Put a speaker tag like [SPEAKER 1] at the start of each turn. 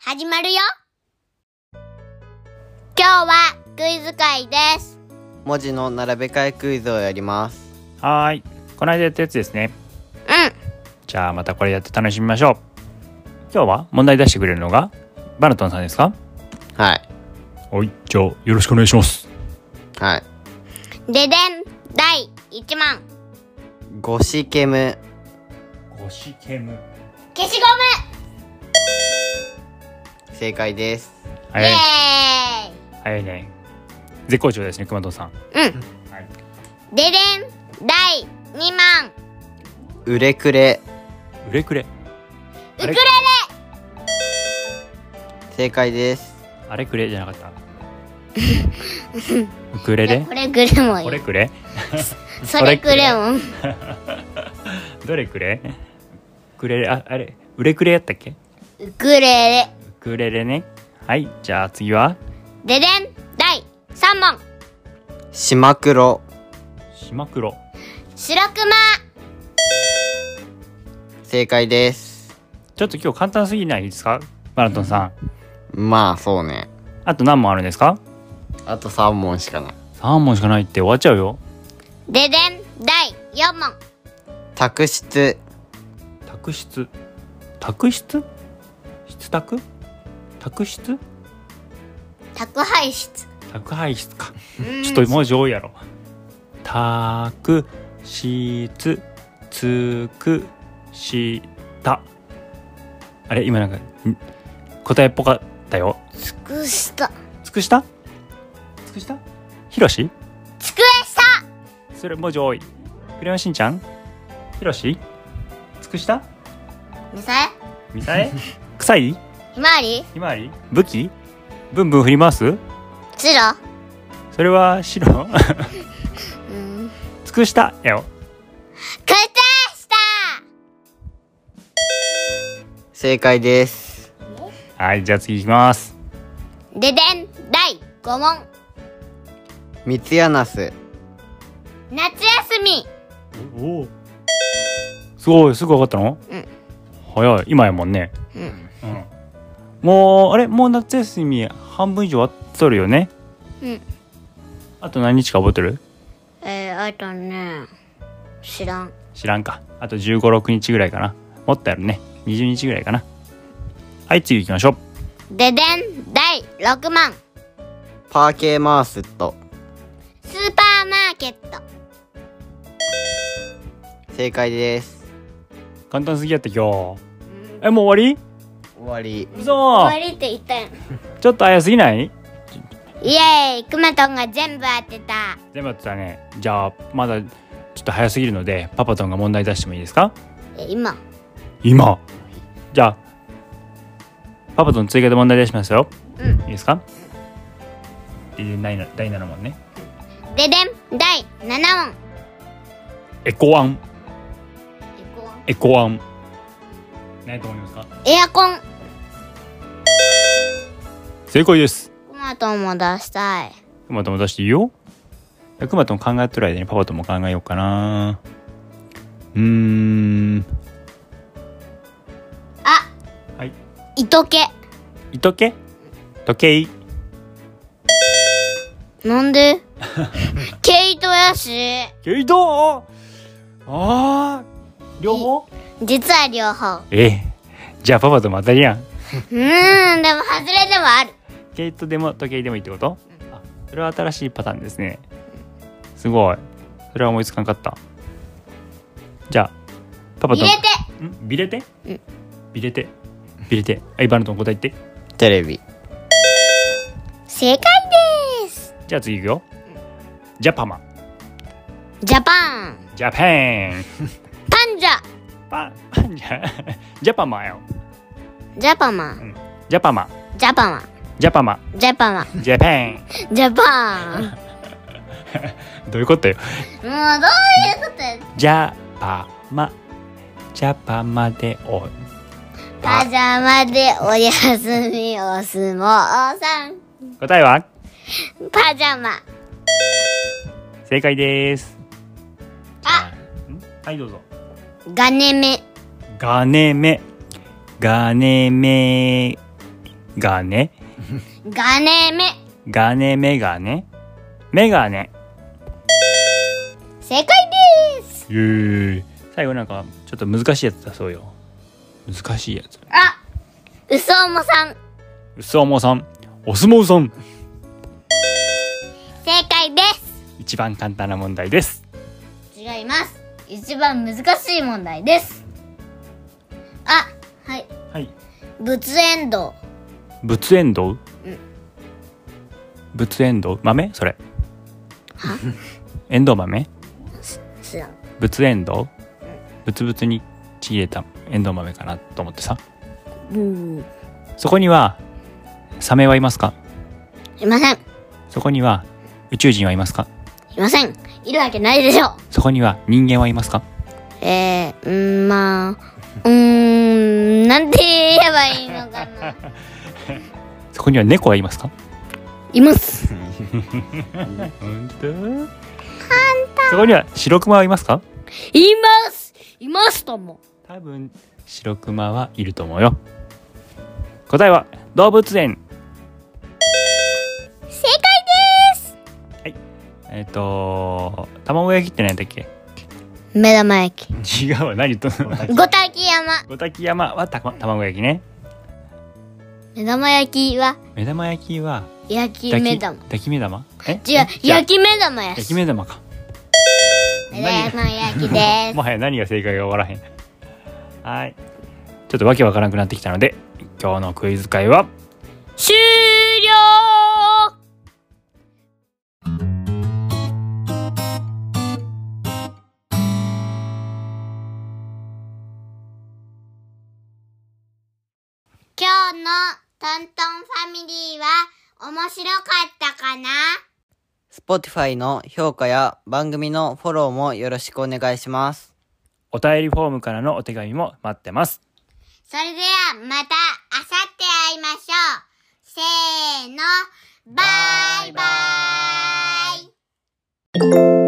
[SPEAKER 1] 始まるよ今日はクイズ会です
[SPEAKER 2] 文字の並べ替えクイズをやります
[SPEAKER 3] はーい。この間やったやつですね。
[SPEAKER 1] う
[SPEAKER 3] じゃあまたこれやって楽しみましょう。今日は問題出してくれるのがバナトンさんですか
[SPEAKER 2] はい
[SPEAKER 3] はい。じゃあよろしくお願いします。
[SPEAKER 2] はい
[SPEAKER 1] んででん第1問
[SPEAKER 2] ゴシケム
[SPEAKER 3] ゴシケム。
[SPEAKER 1] 消し
[SPEAKER 2] 正解です
[SPEAKER 1] ゴム
[SPEAKER 3] 早い。
[SPEAKER 1] イエ
[SPEAKER 3] 早いね。絶好調ですね、熊本さん。
[SPEAKER 1] ーイうん
[SPEAKER 3] はい。
[SPEAKER 1] ででん第2問
[SPEAKER 2] ウレクレ
[SPEAKER 3] 売れくれ。
[SPEAKER 1] ウクレレ
[SPEAKER 2] 正解です
[SPEAKER 3] あれくれじゃなかった。ウクレ
[SPEAKER 1] いや
[SPEAKER 3] レ
[SPEAKER 1] これグレモン
[SPEAKER 3] これ
[SPEAKER 1] よ
[SPEAKER 3] くれ
[SPEAKER 1] それグレモン
[SPEAKER 3] どれくれウクレレ、あ、あれ、売れくれやったっけウ
[SPEAKER 1] ウクレレ
[SPEAKER 3] クレレね。はい。じゃあ次は
[SPEAKER 1] ででん第3問
[SPEAKER 2] シマクロ
[SPEAKER 3] 島黒。
[SPEAKER 1] 白ク
[SPEAKER 2] 正解です
[SPEAKER 3] ちょっと今日簡単すぎないですかバナトンさん。
[SPEAKER 2] まあそうね
[SPEAKER 3] あと何問あるんですか
[SPEAKER 2] あと3問しかない
[SPEAKER 3] ?3 問しかないって終わっちゃうよ。
[SPEAKER 1] マででん第4問
[SPEAKER 2] 卓室
[SPEAKER 3] 卓室。卓室室卓卓室
[SPEAKER 1] 宅配室
[SPEAKER 3] 宅配室か。
[SPEAKER 1] うん
[SPEAKER 3] ちょっと文字多いやろ。卓、室、つく、した。あれ今なんか、ん答えっぽかったよ。
[SPEAKER 1] つくした
[SPEAKER 3] つくしたつくしたひろし
[SPEAKER 1] 机下
[SPEAKER 3] それ文字多い。クレヨンしんちゃんひろしつくした
[SPEAKER 1] ミサエ
[SPEAKER 3] ミサエ臭い
[SPEAKER 1] ひまわり
[SPEAKER 3] ひまわり武器ブンブン振ります
[SPEAKER 1] チロ
[SPEAKER 3] それは白
[SPEAKER 1] うん
[SPEAKER 3] 尽くしたやよ
[SPEAKER 1] 靴下
[SPEAKER 2] 正解です
[SPEAKER 3] はいじゃあ次いきます
[SPEAKER 1] ででん第5問
[SPEAKER 2] 三ツ矢ナス
[SPEAKER 1] 夏休み
[SPEAKER 3] おおすごいすぐ分かったの、
[SPEAKER 1] うん
[SPEAKER 3] 早い今やもんね
[SPEAKER 1] うん
[SPEAKER 3] うんもうあれもう夏休み半分以上終わっとるよね
[SPEAKER 1] うん
[SPEAKER 3] あと何日か覚えてる
[SPEAKER 1] えー、あとね知らん
[SPEAKER 3] 知らんかあと1 5 6日ぐらいかなもっとやるね20日ぐらいかなはい次行きましょう
[SPEAKER 1] ででん第6問
[SPEAKER 2] パーケーマースと
[SPEAKER 1] スーパーマーケット
[SPEAKER 2] 正解です
[SPEAKER 3] 簡単すぎやった今日えもう終わ
[SPEAKER 2] 終わり
[SPEAKER 3] り嘘
[SPEAKER 1] 終わりって言ったよ
[SPEAKER 3] ちょっと早すぎない
[SPEAKER 1] イエーイくまとんが全部当てた
[SPEAKER 3] 全部やってたねじゃあまだちょっと早すぎるのでパパトンが問題出してもいいですか
[SPEAKER 1] え今
[SPEAKER 3] 今じゃあパパトン追加で問題出しますよ、
[SPEAKER 1] うん
[SPEAKER 3] いいですかで第な第7問ね
[SPEAKER 1] ででん第7問
[SPEAKER 3] エコアンエコアン何やと思いますか
[SPEAKER 1] エアコン
[SPEAKER 3] 正解です
[SPEAKER 1] くまとんも出したい
[SPEAKER 3] くまとも出していいよくまとも考えてる間にパパとも考えようかなうーん
[SPEAKER 1] あ
[SPEAKER 3] はい
[SPEAKER 1] 糸気
[SPEAKER 3] 糸け時計
[SPEAKER 1] なん で毛糸やし
[SPEAKER 3] けいどああー両方
[SPEAKER 1] 実は両方
[SPEAKER 3] ええじゃあパパとも当たりや
[SPEAKER 1] う
[SPEAKER 3] ん
[SPEAKER 1] ーんでも外れではある
[SPEAKER 3] 毛糸でも時計でもいいってことあそれは新しいパターンですねすごいそれは思いつかんかったじゃあパパ
[SPEAKER 1] 入
[SPEAKER 3] と
[SPEAKER 1] れ
[SPEAKER 3] も
[SPEAKER 1] て
[SPEAKER 3] んビレテ
[SPEAKER 1] うん
[SPEAKER 3] ビレテビレテはいバナトン答え言って
[SPEAKER 2] テレビ
[SPEAKER 1] 正解です
[SPEAKER 3] じゃあ次いくよジャパマ
[SPEAKER 1] ジャパン
[SPEAKER 3] ジャパン
[SPEAKER 1] パンジャ
[SPEAKER 3] パパンジャジャパマよ
[SPEAKER 1] ジャパマン
[SPEAKER 3] ジャパマ
[SPEAKER 1] ジャパマン
[SPEAKER 3] ジャパマ
[SPEAKER 1] ジャパマン
[SPEAKER 3] ジャパ
[SPEAKER 1] ジャパンもう
[SPEAKER 3] ンどういうことよ
[SPEAKER 1] どういうことや
[SPEAKER 3] ジャパマジャパマでお
[SPEAKER 1] パジャマでおやすみお相撲さん
[SPEAKER 3] 答えは
[SPEAKER 1] パジャマ
[SPEAKER 3] 正解です
[SPEAKER 1] あ
[SPEAKER 3] んはいどうぞ
[SPEAKER 1] ガネメ
[SPEAKER 3] ガネメガネメがね
[SPEAKER 1] ガネメ。
[SPEAKER 3] がねメガネメガネ
[SPEAKER 1] 正解です。
[SPEAKER 3] イエーイ最後なんかちょっと難しいやつだそうよ難しいやつ
[SPEAKER 1] あ、うそもさん。
[SPEAKER 3] うすおもさんお相撲さん
[SPEAKER 1] 正解です。
[SPEAKER 3] 一番簡単な問題です
[SPEAKER 1] 違います。一番難しい問題です。あ、はい。
[SPEAKER 3] はい
[SPEAKER 1] 仏炎道。
[SPEAKER 3] 仏炎道仏炎道豆それ エンドウ豆
[SPEAKER 1] 知らん。
[SPEAKER 3] 仏炎道ブツブツにちぎれたエンドウ豆かなと思ってさ
[SPEAKER 1] うん。
[SPEAKER 3] そこにはサメはいますか
[SPEAKER 1] いません。
[SPEAKER 3] そこには宇宙人はいますか
[SPEAKER 1] いません。いるわけないでしょ
[SPEAKER 3] そこには人間はいますか
[SPEAKER 1] う。えー、うん、まあ、うーん、なんて言えばいいのかな。
[SPEAKER 3] そこには猫はいますか
[SPEAKER 1] います。
[SPEAKER 3] 本当簡単そこには白クマはいますか
[SPEAKER 1] います。いますとも。
[SPEAKER 3] 多分白クマはいると思うよ答えは動物園
[SPEAKER 1] 正解です。
[SPEAKER 3] えっ、と卵焼きって何だっけ
[SPEAKER 1] 目玉焼き。
[SPEAKER 3] 違うわ何言ったの
[SPEAKER 1] 五滝山。
[SPEAKER 3] 五滝山はた、ま、卵焼きね
[SPEAKER 1] 目玉焼きは
[SPEAKER 3] 目玉焼きは
[SPEAKER 1] 焼き目玉。
[SPEAKER 3] 抱き目玉え
[SPEAKER 1] 違う、焼
[SPEAKER 3] き
[SPEAKER 1] き目玉や
[SPEAKER 3] 焼
[SPEAKER 1] し。
[SPEAKER 3] き目玉か
[SPEAKER 1] 目玉焼きで
[SPEAKER 3] もはや何が正解が分からへんはいちょっとわけわからなくなってきたので今日のクイズ会は
[SPEAKER 1] す。終了今日のトントンファミリーは面白かったかな
[SPEAKER 2] Spotify の評価や番組のフォローもよろしくお願いします。
[SPEAKER 3] お便りフォームからのお手紙も待ってます
[SPEAKER 1] それではまたあさって会いましょう。せーの、バイバイ